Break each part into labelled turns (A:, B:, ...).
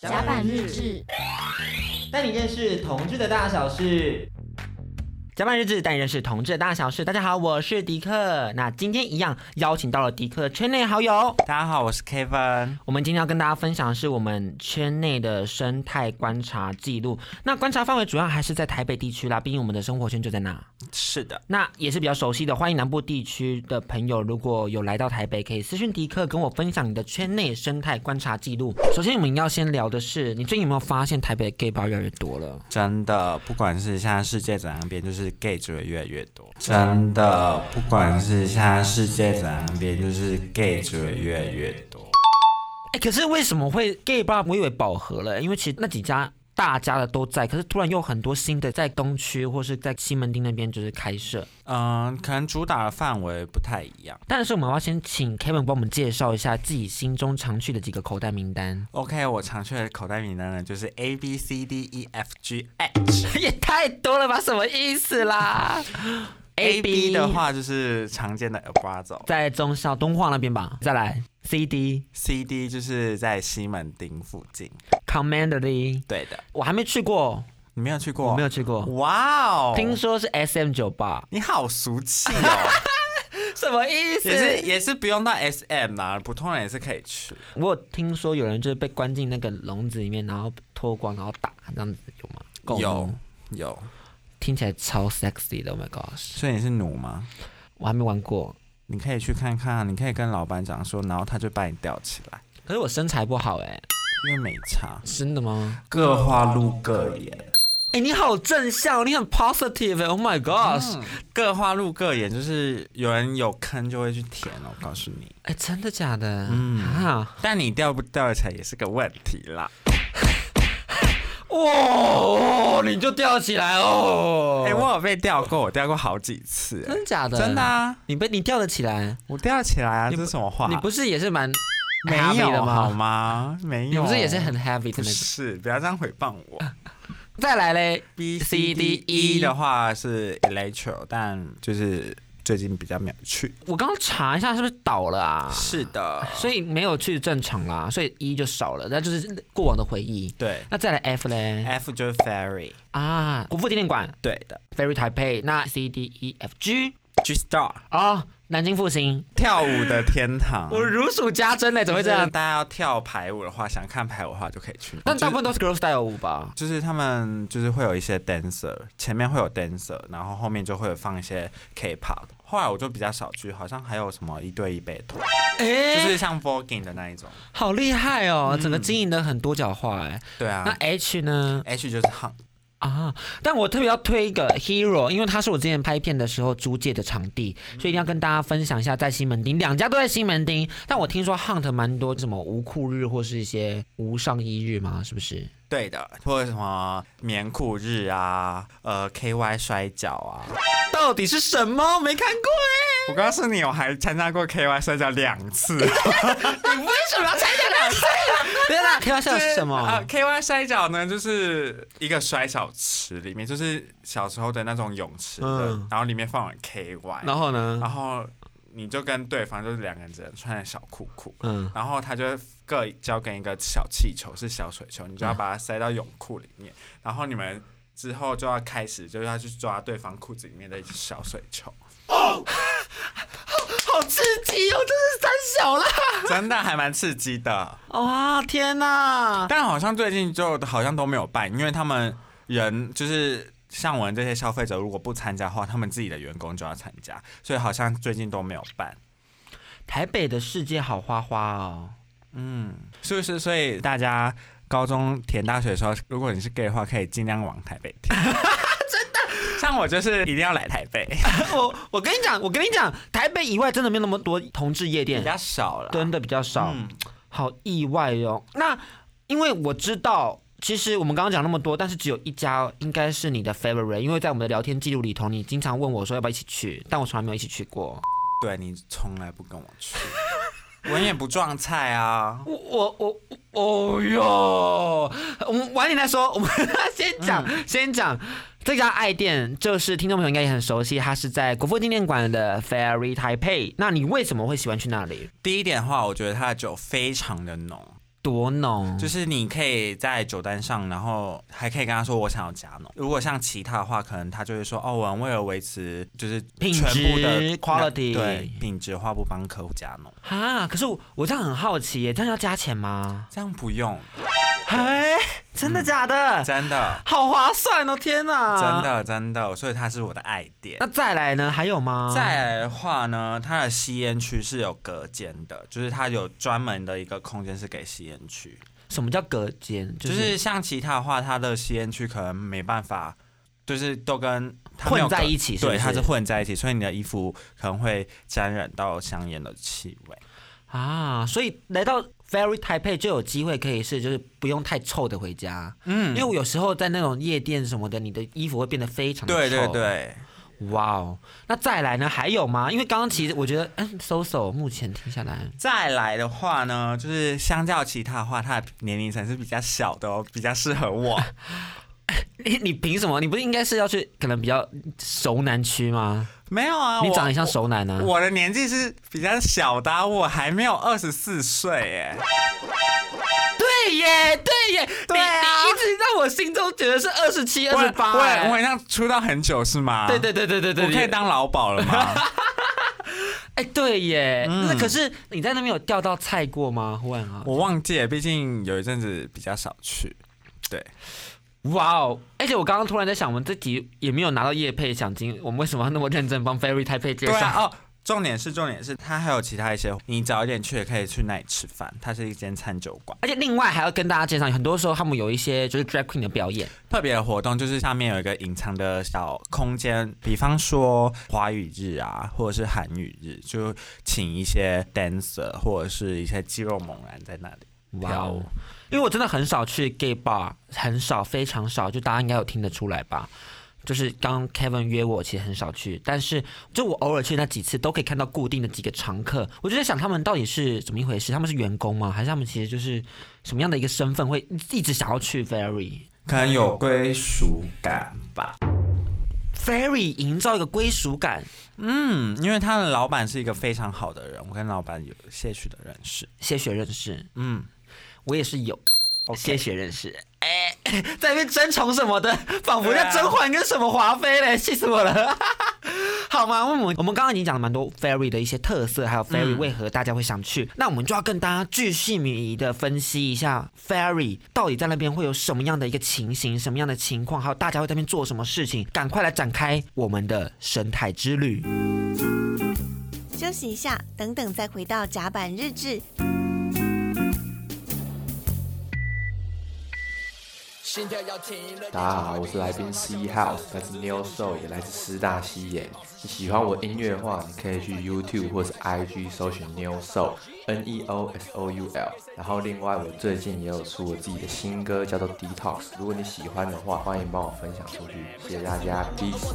A: 甲板日志，
B: 带你认识同志的大小事。甲板日志带你认识同志的大小事。大家好，我是迪克。那今天一样邀请到了迪克的圈内好友。
C: 大家好，我是 Kevin。
B: 我们今天要跟大家分享的是我们圈内的生态观察记录。那观察范围主要还是在台北地区啦，毕竟我们的生活圈就在那。
C: 是的，
B: 那也是比较熟悉的。欢迎南部地区的朋友，如果有来到台北，可以私讯迪克跟我分享你的圈内生态观察记录。首先，我们要先聊的是，你最近有没有发现台北 gay 吧越来越多了？
C: 真的，不管是现在世界怎样变，就是 gay 只会越来越多。真的，不管是现在世界怎样变，就是 gay 只会越来越多。
B: 哎、可是为什么会 gay bar？我以为饱和了，因为其实那几家大家的都在，可是突然又很多新的在东区或是在西门町那边就是开设。
C: 嗯，可能主打的范围不太一样。
B: 但是我们要先请 Kevin 帮我们介绍一下自己心中常去的几个口袋名单，
C: OK，我常去的口袋名单呢，就是 A B C D E F G
B: 哎
C: H。
B: 也太多了吧？什么意思啦
C: A B 的话就是常见的 Abrazo。
B: 在中校东化那边吧。再来 C D
C: C D 就是在西门町附近，
B: Commander D，
C: 对的，
B: 我还没去过，
C: 你没有去过？
B: 我没有去过。
C: 哇哦，
B: 听说是 S M 酒吧，
C: 你好俗气哦。
B: 什么意
C: 也是也是不用到 S M 啦，普通人也是可以去。
B: 我有听说有人就是被关进那个笼子里面，然后脱光，然后打这样子，有吗？够
C: 有
B: 吗
C: 有，
B: 听起来超 sexy 的，Oh my gosh！
C: 所以你是奴吗？
B: 我还没玩过，
C: 你可以去看看，你可以跟老板讲说，然后他就把你吊起来，
B: 可是我身材不好哎、
C: 因为没差，
B: 真的吗？
C: 各花入各眼。
B: 哎、你好正向，你很 positive、o h my gosh！
C: 各花入各眼，就是有人有坑就会去填，我告诉你。
B: 哎、真的假的？嗯
C: 嗯
B: 啊，
C: 但你吊不吊得起来也是个问题啦。
B: 哇、哦，你就吊起来哦！
C: 哎、我有被吊过，我吊过好几次、
B: 真的假的？
C: 真的啊，
B: 你被你吊得起来，
C: 我吊起来啊，
B: 你
C: 这
B: 不
C: 是什么话？
B: 你不是也是蛮
C: 没
B: heavy 的
C: 有好
B: 吗？
C: 吗？没
B: 你
C: 有，
B: 不是也是很 heavy 的
C: 不
B: 那个？
C: 是，不要这样诽谤我。
B: 再来嘞
C: B
B: C D E
C: 的话是 electro，但就是最近比较没有去。
B: 我刚刚查一下是不是倒了啊？
C: 是的，
B: 所以没有去正常啦，所以 E 就少了，那就是过往的回忆。
C: 对
B: 那再来 F 嘞
C: ，F 就是 ferry，
B: 啊，国父纪念馆
C: 对的
B: Ferry Taipei，那 C D E F G
C: ，G Star
B: 啊、哦，南京复兴，
C: 跳舞的天堂。
B: 我如数家珍嘞，怎么会这
C: 就是
B: 样？
C: 大家要跳排舞的话，想看排舞的话就可以去。
B: 但大部
C: 就是
B: 分都是 girl style 舞吧？
C: 就是他们就是会有一些 dancer，前面会有 dancer，然后后面就会有放一些 K-pop。后来我就比较少去，好像还有什么一对一背托，
B: 哎、
C: 就是像 voguing 的那一种。
B: 好厉害哦，整个经营的很多角化哎、
C: 对啊
B: 那 H 呢？
C: ，H 就是 hunt。
B: 啊，但我特别要推一个 Hero，因为它是我之前拍片的时候租借的场地，所以一定要跟大家分享一下，在西门町，两家都在西门町。但我听说 Hunt 蛮多什么无裤日或是一些无上衣日嘛，是不是？
C: 对的，或者什么棉裤日啊，呃，KY 摔跤啊。
B: 到底是什么？没看过
C: 我告诉你，我还参加过 KY 摔跤两 次。
B: 哎、你为什么要参加两次？对啦，K Y 笑是什
C: 啊、
B: 么？
C: k y 摔跤呢，就是一个摔小池，里面就是小时候的那种泳池的，
B: 嗯
C: 然后里面放了 KY，
B: 然后呢
C: 然？后嗯你就跟对方就是两个人只能穿着小裤裤，
B: 嗯，
C: 然后他就会各交给你一个小气球，是小水球，你就要把它塞到泳裤里面，然后你们之后就要开始，就要去抓对方裤子里面的小水球，
B: 好刺激哦，这是三小啦！
C: 真的还蛮刺激的。
B: 哇，天哪！
C: 但好像最近就好像都没有办，因为他们人就是。像我们这些消费者，如果不参加的话，他们自己的员工就要参加，所以好像最近都没有办。
B: 台北的世界好花花哦。
C: 嗯，是不是？所以大家高中填大学的时候，如果你是 gay 的话，可以尽量往台北填。 真的，像我就是一定要来台北，
B: 我我跟你讲，我跟你讲，台北以外真的没有那么多同志夜店，
C: 少了
B: 真的比较少，
C: 嗯
B: 好意外哦。那因为我知道。其实我们刚刚讲那么多，但是只有一家应该是你的 favorite，因为在我们的聊天记录里头，你经常问我说要不要一起去，但我从来没有一起去过。
C: 对你从来不跟我去， 我也不撞菜啊。
B: 我我我哦哟，我们晚点再说，我们先讲、先讲这家爱店，就是听众朋友应该也很熟悉，它是在国父纪念馆的 Ferry Taipei。那你为什么会喜欢去那里？
C: 第一点的话，我觉得它的酒非常的浓，
B: 多浓？
C: 就是你可以在酒单上，然后还可以跟他说我想要加浓。如果像其他的话，可能他就会说哦，我们为了维持就是
B: 品
C: 全部的
B: 质 quality
C: 对品质，话不帮客户加浓，
B: 啊！可是我我这样很好奇耶，这样要加钱吗？
C: 这样不用，
B: 哎，真的假的？
C: 嗯 真的
B: 好划算哦！天哪，
C: 真。的真的，所以它是我的爱店
B: 那。再来呢？还有吗？
C: 再来的话呢，它的吸烟区是有隔间的，就是它有专门的一个空间是给吸烟区。
B: 什么叫隔间？
C: 就
B: 就是
C: 像其他的话，它的吸烟区可能没办法，就是都跟它没有
B: 混在
C: 隔
B: 一起是不
C: 对，它是
B: 是
C: 混在一起，所以你的衣服可能会沾染到香烟的气味。
B: 啊，所以来到 Very Taipei 就有机会可以是，就是不用太臭的回家。嗯，因为我有时候在那种夜店什么的，你的衣服会变得非常的
C: 对
B: 臭。
C: 对，对，
B: 哇哦！那再来呢？还有吗？因为刚刚其实我觉得，嗯，so so，目前听下来，
C: 再来的话呢，就是相较其他的话，它的年龄层是比较小的哦，比较适合 我。
B: 你你凭什么？你不是应该是要去可能比较熟男区吗？
C: 没有啊，
B: 你
C: 我
B: 长得像熟男啊。
C: 我的年纪是比较小的啊、我还没有二十四岁哎。
B: 对耶，对耶，
C: 对啊
B: 你你一直让我心中觉得是二十七、
C: 我
B: 二十八。
C: 我我很像出道很久是吗？
B: 对对对对对对，
C: 我可以当劳保了吗？
B: 哎，对耶，
C: 嗯
B: 那可是你在那边有钓到菜过吗？忽然啊，
C: 我忘记了，毕竟有一阵子比较少去。对，
B: 哇哦！而且我刚刚突然在想，我们这集也没有拿到业配奖金，我们为什么要那么认真帮 Ferry 台配介
C: 对
B: 绍？
C: 啊，哦，重点是重点是，它还有其他一些，你早一点去也可以去那里吃饭，它是一间餐酒馆。
B: 而且另外还要跟大家介绍，很多时候他们有一些就是 drag queen 的表演，
C: 特别的活动就是上面有一个隐藏的小空间，比方说华语日啊，或者是韩语日，就请一些 dancer 或者是一些肌肉猛男在那里。
B: 哇哦！因为我真的很少去 gay bar，很少，非常少，就大家应该有听得出来吧。就是刚刚 Kevin 约我，其实很少去，但是就我偶尔去那几次，都可以看到固定的几个常客。我就在想，他们到底是怎么一回事？他们是员工吗？还是他们其实就是什么样的一个身份，会一直想要去 Ferry？
C: 可能有归属感吧。
B: Ferry 营造一个归属感。
C: 嗯，因为他的老板是一个非常好的人，我跟老板有些许的认识。
B: 谢谢认识，
C: 嗯，
B: 我也是有
C: OK
B: 谢谢认识。哎、 在那边争宠什么的，仿佛
C: 对啊
B: 在甄嬛跟什么华妃嘞，气死我了。 好吗？我们我们刚刚已经讲了蛮多 Ferry 的一些特色，还有 Ferry 为何大家会想去。那我们就要跟大家巨细靡遗的分析一下 Ferry 到底在那边会有什么样的一个情形，什么样的情况，还有大家会在那边做什么事情。赶快来展开我们的生态之旅。
A: 休息一下，等等再回到甲板日志。
D: 大家好，我是来宾 C House，来自 Neo Soul，也来自师大西演。你喜欢我音乐的话，你可以去 YouTube 或是 IG 搜寻 Neo Soul N E O S O U L。然后另外，我最近也有出我自己的新歌，叫做 Detox。如果你喜欢的话，欢迎帮我分享出去，谢谢大家，peace。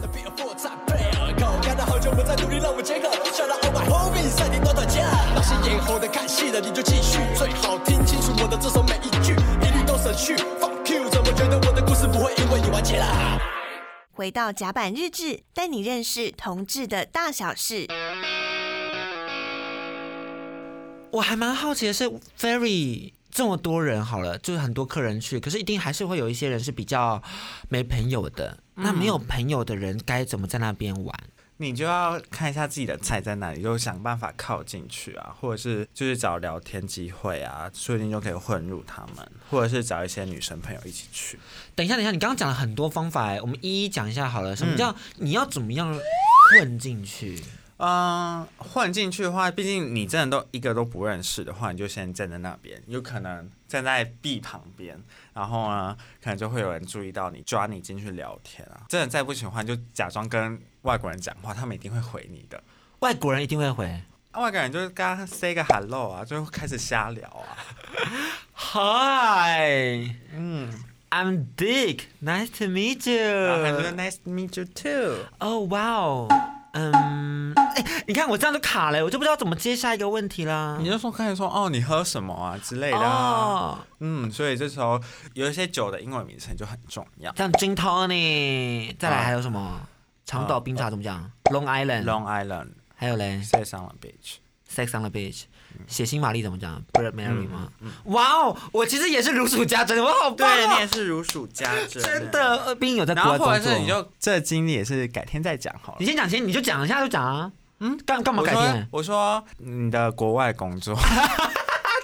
E: 干到好久不再努力，让我解渴。shout out all my homies，在你短短间，那些眼红的、看戏的，你就继续。最好听清楚我的这首每一句，一律都省去。Fuck you，怎么觉得我的故事不会因为你完结啦？
A: 回到甲板日志，带你认识同志的大小事。
B: 我还蛮好奇的是，Ferry 这么多人好了，就是很多客人去，可是一定还是会有一些人是比较没朋友的。那没有朋友的人该怎么在那边玩？
C: 你就要看一下自己的菜在哪里，就想办法靠近去啊，或者是就是找聊天机会啊，说不定就可以混入他们，或者是找一些女生朋友一起去。
B: 等一下，等一下，你刚刚讲了很多方法欸，我们一一讲一下好了。什么叫、你要怎么样混进去？
C: 嗯，混进去的话，毕竟你真的都一个都不认识的话，你就先站在那边，有可能站在壁旁边，然后呢，可能就会有人注意到你，抓你进去聊天啊。真的再不行的话，你就假装跟外国人讲话，他们一定会回你的。
B: 外国人一定会回。
C: 啊外国人就是跟他 say 个 hello 啊，就开始瞎聊啊。
B: Hi，嗯，I'm 啊 Dick，nice to meet
C: 然后他
B: you
C: 就说 Nice to meet you too。
B: 哦，哇哦，嗯，哎、你看我这样就卡了，我就不知道怎么接下一个问题啦。
C: 你就说开始说哦，你喝什么啊之类的、啊。
B: 哦，
C: 嗯，所以这时候有一些酒的英文名称就很重要。
B: 像 gin tonic，再来还有什么？长岛冰茶怎么讲？Long 呃 Island，
C: Long Island,
B: 还有嘞
C: s a y s o m e Beach。
B: ，Sex on the Beach。血腥玛丽怎么讲？Bird Mary 吗？哇哦，我其实也是如数家珍，我好棒
C: 对你
B: 哦！
C: 也是如数家珍，
B: 真的，。呃毕竟有在
C: 然
B: 国外
C: 后
B: 工
C: 或
B: 作。
C: 者是你就这经历也是改天再讲好了
B: 你。先讲，先你就讲一下就讲啊。嗯，干干嘛
C: 我
B: 改
C: 说
B: 天？
C: 我说嗯你的国外工 作，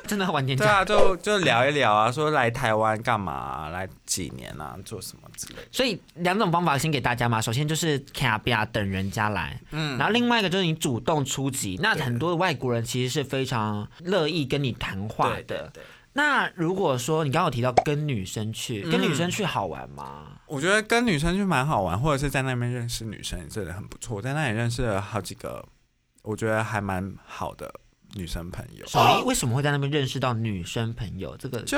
B: 真的晚点
C: 对
B: 讲。
C: 啊，就就聊一聊啊，说来台湾干嘛啊、来几年啊，做什么之类的。
B: 所以两种方法先给大家嘛，首先就是卡比亚等人家来，嗯，然后另外一个就是你主动出击。那很多的外国人其实是非常乐意跟你谈话的。
C: 对对对，
B: 那如果说你刚刚有提到跟女生去，
C: 嗯
B: 跟女生去好玩吗？
C: 我觉得跟女生去蛮好玩，或者是在那边认识女生真的很不错。我在那里认识了好几个，我觉得还蛮好的女生朋友。
B: 小、林为什么会在那边认识到女生朋友？这个
C: 就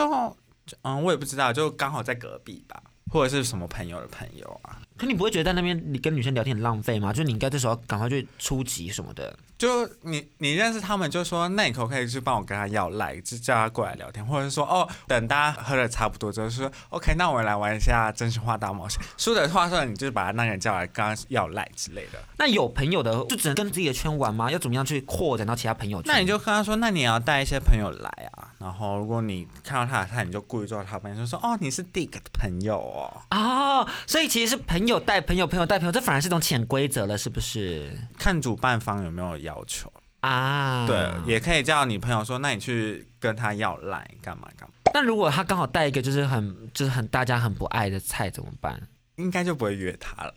C: 就嗯，我也不知道，就刚好在隔壁吧，或者是什么朋友的朋友啊。
B: 可你不会觉得在那边你跟女生聊天很浪费吗？就是你应该这时候赶快去出击什么的。
C: 就你你认识他们，就说那你可不可以去帮我跟他要赖，就叫他过来聊天，或者是说哦，等大家喝的差不多之后，说 OK，那我们来玩一下真心话大冒险。输的话说，你就把那个人叫来跟他要赖之类的。
B: 那有朋友的就只能跟自己的圈玩吗？要怎么样去扩展到其他朋友圈？
C: 那你就跟他说，那你也要带一些朋友来啊。然后如果你看到他的菜，你就故意抓他朋友，就说哦，你是 Dick 的朋友哦。
B: 哦，所以其实是朋友带朋友，朋友带朋友，这反而是一种潜规则了，是不是？
C: 看主办方有没有要求。
B: 啊，
C: 对，也可以叫你朋友说，那你去跟他要赖干嘛干嘛，
B: 那如果他刚好带一个就是很就是很大家很不爱的菜怎么办？
C: 应该就不会约他了。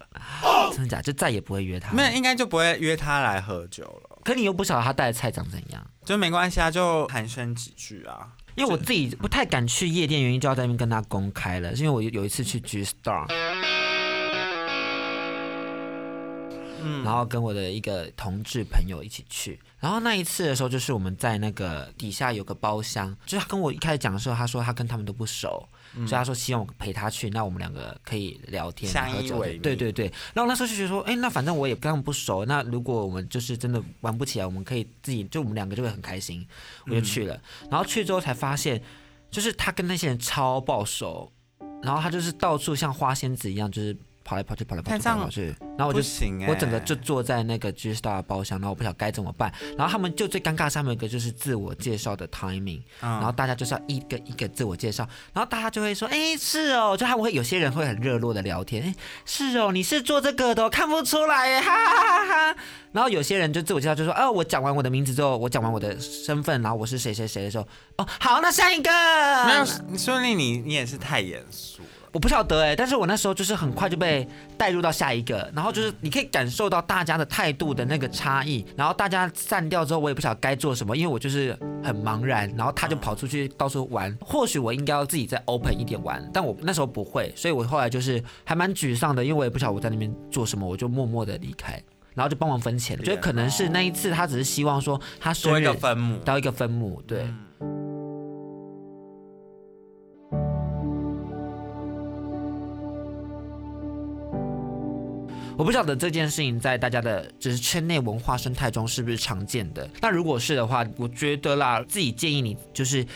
B: 真的假的？就再也不会约他？
C: 没有，应该就不会约他来喝酒了，
B: 可你又不晓得他带的菜长怎样。
C: 就没关系啊，就寒暄几句啊。
B: 因为我自己不太敢去夜店，原因就要在那边跟他公开了，是因为我有有一次去 G Star，然
C: 嗯
B: 后跟我的一个同志朋友一起去，然后那一次的时候，就是我们在那个底下有个包厢，就是他跟我一开始讲的时候，他说他跟他们都不熟，
C: 嗯
B: 所以他说希望我陪他去，那我们两个可以聊天
C: 相
B: 喝
C: 依
B: 酒
C: 为
B: 的，
C: 命
B: 对对对。然后那时候就觉得说，哎，那反正我也跟他们不熟，那如果我们就是真的玩不起来，我们可以自己就我们两个就会很开心，我就
C: 嗯
B: 去了。然后去之后才发现，就是他跟那些人超爆熟，然后他就是到处像花仙子一样，就是跑来跑去，跑来跑去，
C: 但这
B: 跑
C: 样
B: 来跑去。然后我就
C: 不行欸
B: 我整个就坐在那个 G Star 的包厢，然后我不晓得该怎么办。然后他们就最尴尬，上面有一个就是自我介绍的 timing，、然
C: 嗯
B: 后大家就是要一个一个自我介绍，然后大家就会说，哎，是哦，就他们会有些人会很热络的聊天，哎，是哦，你是做这个的哦、看不出来耶，哈哈哈哈。然后有些人就自我介绍，就说，哦，我讲完我的名字之后，我讲完我的身份，然后我是谁谁谁的时候，哦，好，那下一个。
C: 没有，说不定你你也是太严肃了。
B: 我不晓得哎、但是我那时候就是很快就被带入到下一个，然后就是你可以感受到大家的态度的那个差异，然后大家散掉之后，我也不晓得该做什么，因为我就是很茫然，然后他就跑出去到处玩，或许我应该要自己再 open 一点玩，但我那时候不会，所以我后来就是还蛮沮丧的，因为我也不晓得我在那边做什么，我就默默的离开。然后就帮忙分钱，觉得可能是那一次他只是希望说他生
C: 啊多一
B: 日
C: 个分母
B: 到一个分母，对。我不晓得这件事情在大家的就是圈内文化生态中是不是常见的。那如果是的话，我觉得啦，自己建议你就是。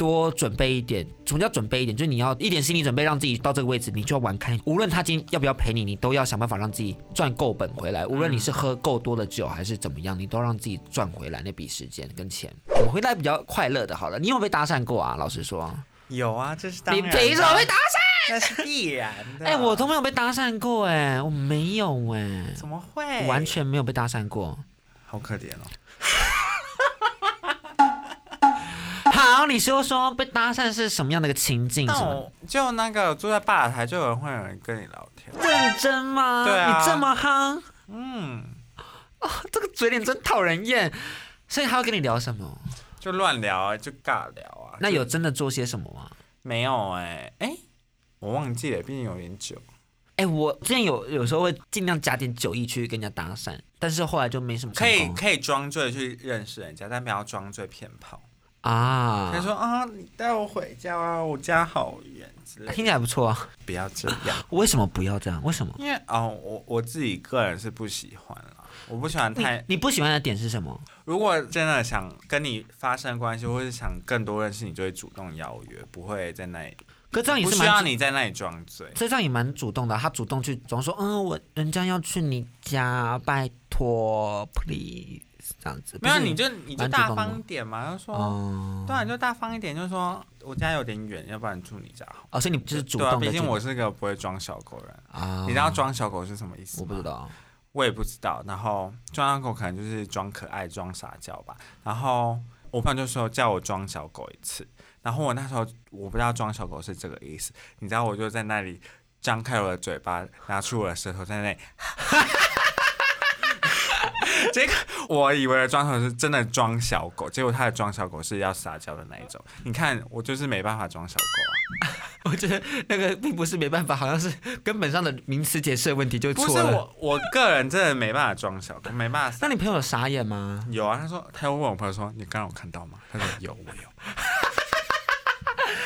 B: 多准备一点，什么叫准备一点？就是你要一点心理准备，让自己到这个位置，你就要玩开。无论他今天要不要陪你，你都要想办法让自己赚够本回来。无论你是喝够多的酒还是怎么样，你都要让自己赚回来那笔时间跟钱。 我们回来比较快乐的，好了。你有没有被搭讪过啊？老实说，
C: 有啊，这是当
B: 你
C: 然的。
B: 凭什么被搭讪？
C: 那是必然的。
B: 哎、我都没有被搭讪过、哎，我没有、哎。
C: 怎么会？
B: 完全没有被搭讪过。
C: 好可怜哦。
B: 好，你说说被搭讪是什么样的一个情境？
C: 那
B: 什么
C: 我就那个坐在吧台，就有人会有人跟你聊天。
B: 认真吗？
C: 对啊
B: 你这么憨，嗯，啊，这个嘴脸真讨人厌。所以他要跟你聊什么？
C: 就乱聊啊，就尬聊啊。
B: 那
C: 就
B: 有真的做些什么吗？
C: 没有哎、哎、我忘记了，毕竟有点久。
B: 哎、我之前有有时候会尽量加点酒意去跟人家搭讪，但是后来就没什么成
C: 可以
B: 功
C: 可以装醉去认识人家，但不要装醉骗炮。
B: 啊
C: 他、。说啊，你带我回家啊，我家好远之类的，
B: 听起来不错啊，
C: 不要这 样。
B: 为什么不要这样？为什么？
C: 因为哦，我我自己个人是不喜欢啦，我不喜欢
B: 你
C: 太。
B: 你不喜欢的点是什么？
C: 如果真的想跟你发生关系，或是想更多认识你，就会主动邀约，不会在那里，
B: 哥，这样也
C: 不
B: 是
C: 需
B: 蛮
C: 要
B: 主
C: 你在那里装醉。
B: 这样也蛮主动的啊，他主动去主动说，嗯，我人家要去你家，拜托，please。这样子。
C: 没有，啊
B: 不是
C: 你就你就
B: 蛮主
C: 大
B: 动的
C: 方一
B: 吗
C: 点嘛，就说，
B: 哦
C: 对啊，你就大方一点，就说我家有点远，要不然住你家好。
B: 哦，所以你就是主
C: 对啊，
B: 动的
C: 毕
B: 就，
C: 竟我是个不会装小狗的人。
B: 啊，
C: 你知道装小狗是什么意思
B: 我
C: 吗？
B: 不知，道，
C: 我也不知道。然后装小狗可能就是装可爱、装撒娇吧。然后我朋友就说叫我装小狗一次，然后我那时候我不知道装小狗是这个意思，你知道我就在那里张开我的嘴巴，拿出我的舌头在那里。 结果我以为的装小狗是真的装小狗，结果他的装小狗是要撒娇的那一种。你看，我就是没办法装小狗啊。
B: 我觉得那个并不是没办法，好像是根本上的名词解释的问题就
C: 不
B: 错
C: 是
B: 了。
C: 我，我个人真的没办法装小狗，没办法
B: 那你朋友有傻眼吗？
C: 有啊，他说，他又问我朋友说：“你刚刚有看到吗？”他说：“有，我有。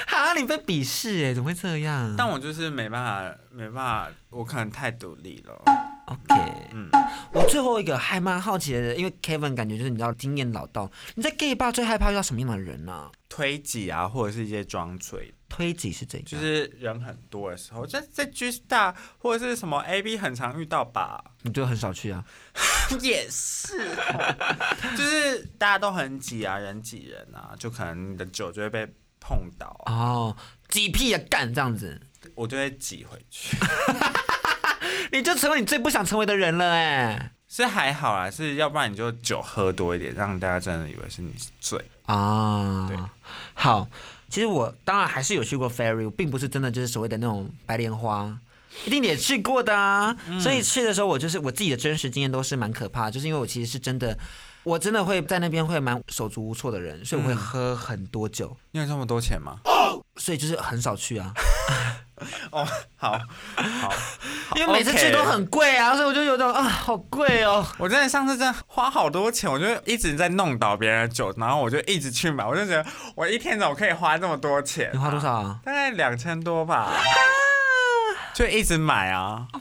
B: 哈，你被鄙视哎，怎么会这样”
C: 但我就是没办法，没办法，我可能太独立了。
B: ？OK，
C: 嗯，
B: 我最后一个还蛮好奇的，因为 Kevin 感觉就是你知道经验老道，你在 gay bar 最害怕遇到什么样的人呢、啊？
C: 推挤啊，或者是一些装醉，
B: 推挤是怎样？
C: 就是人很多的时候，在在 G Star 或者是什么 A B 很常遇到吧。
B: 你就很少去啊。
C: 也是哦，就是大家都很挤啊，人挤人啊，就可能你的酒就会被碰到啊，
B: 哦，挤屁呀干这样子，
C: 我就会挤回去。
B: 你就成为你最不想成为的人了哎。
C: 是还好啦，是要不然你就酒喝多一点，让大家真的以为是你是醉。
B: 啊，
C: 对，
B: 好，其实我当然还是有去过 Ferry，并不是真的就是所谓的那种白莲花。一定也去过的啊，所以去的时候我就是我自己的真实经验都是蛮可怕的，就是因为我其实是真的，我真的会在那边会蛮手足无措的人，所以我会喝很多酒，
C: 你有这么多钱吗？
B: 所以就是很少去 啊，
C: 哦，好，好，
B: 因为每次去
C: OK
B: 都很贵啊，所以我就有种啊好贵哦，
C: 我真的上次真的花好多钱，我就一直在弄倒别人的酒，然后我就一直去买，我就觉得我一天怎么可以花这么多钱、
B: 你花多？少啊？
C: 大概两千多吧，就一直买啊。
B: 哦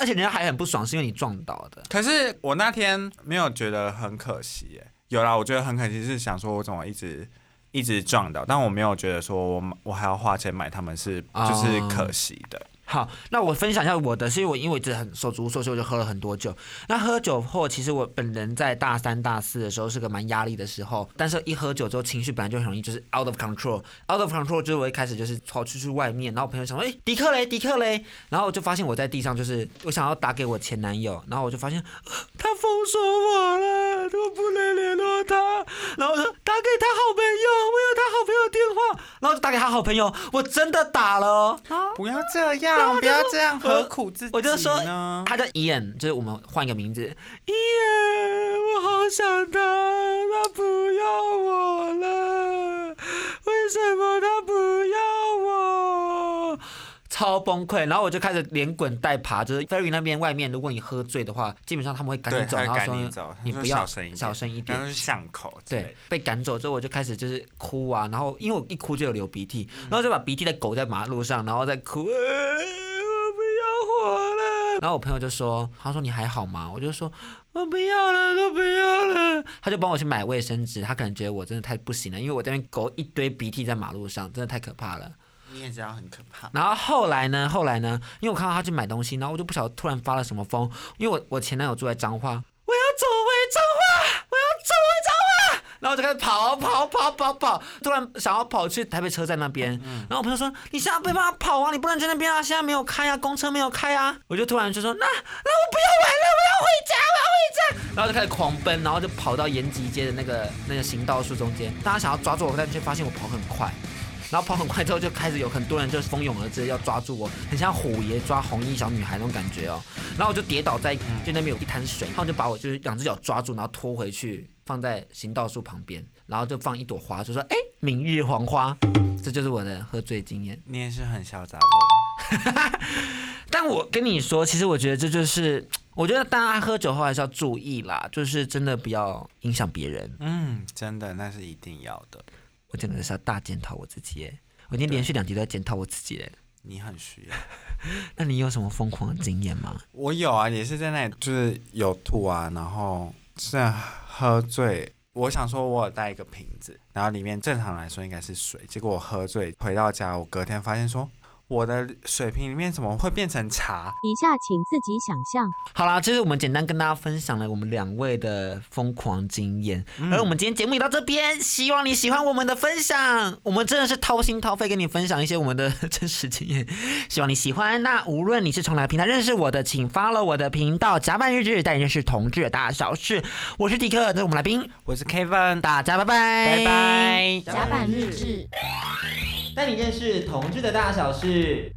B: 而且人家还很不爽，是因为你撞到的，
C: 可是我那天没有觉得很可惜耶，有啦，我觉得很可惜是想说我怎么一直一直撞到，但我没有觉得说我我还要花钱买他们是就是
B: 哦
C: 可惜的。
B: 好，那我分享一下我的，是因为我因为我一直很手足无措，所以我就喝了很多酒。那喝酒后，其实我本人在大三、大四的时候是个蛮压力的时候，但是一喝酒之后，情绪本来就很容易就是 out of control，out of control 就是我一开始就是跑出去外面，然后我朋友想说，哎、迪克雷，迪克雷，然后我就发现我在地上，就是我想要打给我前男友，然后我就发现呃他封锁我了，我不能联络他，然后我说打给他好朋友，我有他好朋友电话，然后就打给他好朋友，我真的打了哦。
C: 不要这样，不要这 样，
B: 我
C: 何苦自己呢？
B: 我就说，他叫 Ian，就是我们换一个名字。Ian，我好想他，他不要我了，为什么他不要我？超崩溃，然后我就开始连滚带爬，就是 ferry 那边外面，如果你喝醉的话，基本上他们会赶
C: 对，
B: 你走，
C: 他
B: 然
C: 会
B: 后
C: 赶
B: 说
C: 你走，他
B: 你
C: 说
B: 不要
C: 小声一点，
B: 小声一
C: 然后
B: 点
C: 是，巷口之类的
B: 对，，被赶走之后，我就开始就是哭啊，然后因为我一哭就有流鼻涕，
C: 嗯
B: 然后就把鼻涕再狗在马路上，然后再哭，呃我不要活了。然后我朋友就说，他说你还好吗？我就说我不要了，都不要了。他就帮我去买卫生纸，他可能觉得我真的太不行了，因为我在那边狗一堆鼻涕在马路上，真的太可怕了。
C: 你也知道很可怕。
B: 然后后来呢？后来呢？因为我看到他去买东西，然后我就不晓得突然发了什么疯，因为我我前男友住在彰化，我要走回彰化，我要走回彰化，然后我就开始跑跑跑跑跑，突然想要跑去台北车站那边，然后我朋友说你现在没办法跑啊，你不能去那边啊，现在没有开啊，公车没有开啊，我就突然就说那那我不要玩了，我要回家，我要回家，然后就开始狂奔，然后就跑到延吉街的那个那个行道树中间，大家想要抓住我，但却发现我跑很快。然后跑很快之后，就开始有很多人就蜂拥而至，要抓住我，很像虎爷抓红衣小女孩那种感觉哦。然后我就跌倒在，就那边有一滩水，他们就把我就是两只脚抓住，然后拖回去放在行道树旁边，然后就放一朵花，就说：“哎，明日黄花。”这就是我的喝醉经验。
C: 你也是很潇洒
B: 但我跟你说，其实我觉得这就是，我觉得大家喝酒后还是要注意啦，就是真的不要影响别人。
C: 嗯，真的，那是一定要的。
B: 我真的是要大检讨我自己耶，我已经连续两集都在检讨我自己耶。
C: 你很需要，
B: 那你有什么疯狂的经验吗？
C: 我有啊，也是在那里，就是有吐啊，然后是喝醉。我想说，我有带一个瓶子，然后里面正常来说应该是水，结果我喝醉回到家，我隔天发现说，我的水瓶里面怎么会变成茶？
F: 以下请自己想象。
B: 好啦，这是我们简单跟大家分享了我们两位的疯狂经验，而我们今天节目也到这边，希望你喜欢我们的分享。我们真的是掏心掏肺跟你分享一些我们的真实经验，希望你喜欢。那无论你是从哪个平台认识我的，请 follow 我的频道“甲板日志”，带你认识同志的大小事。我是迪克，这是我们来宾，
C: 我是 Kevin，
B: 大家拜拜，
C: 拜拜。
F: 甲板日志。
B: 带你认识同志的大小事。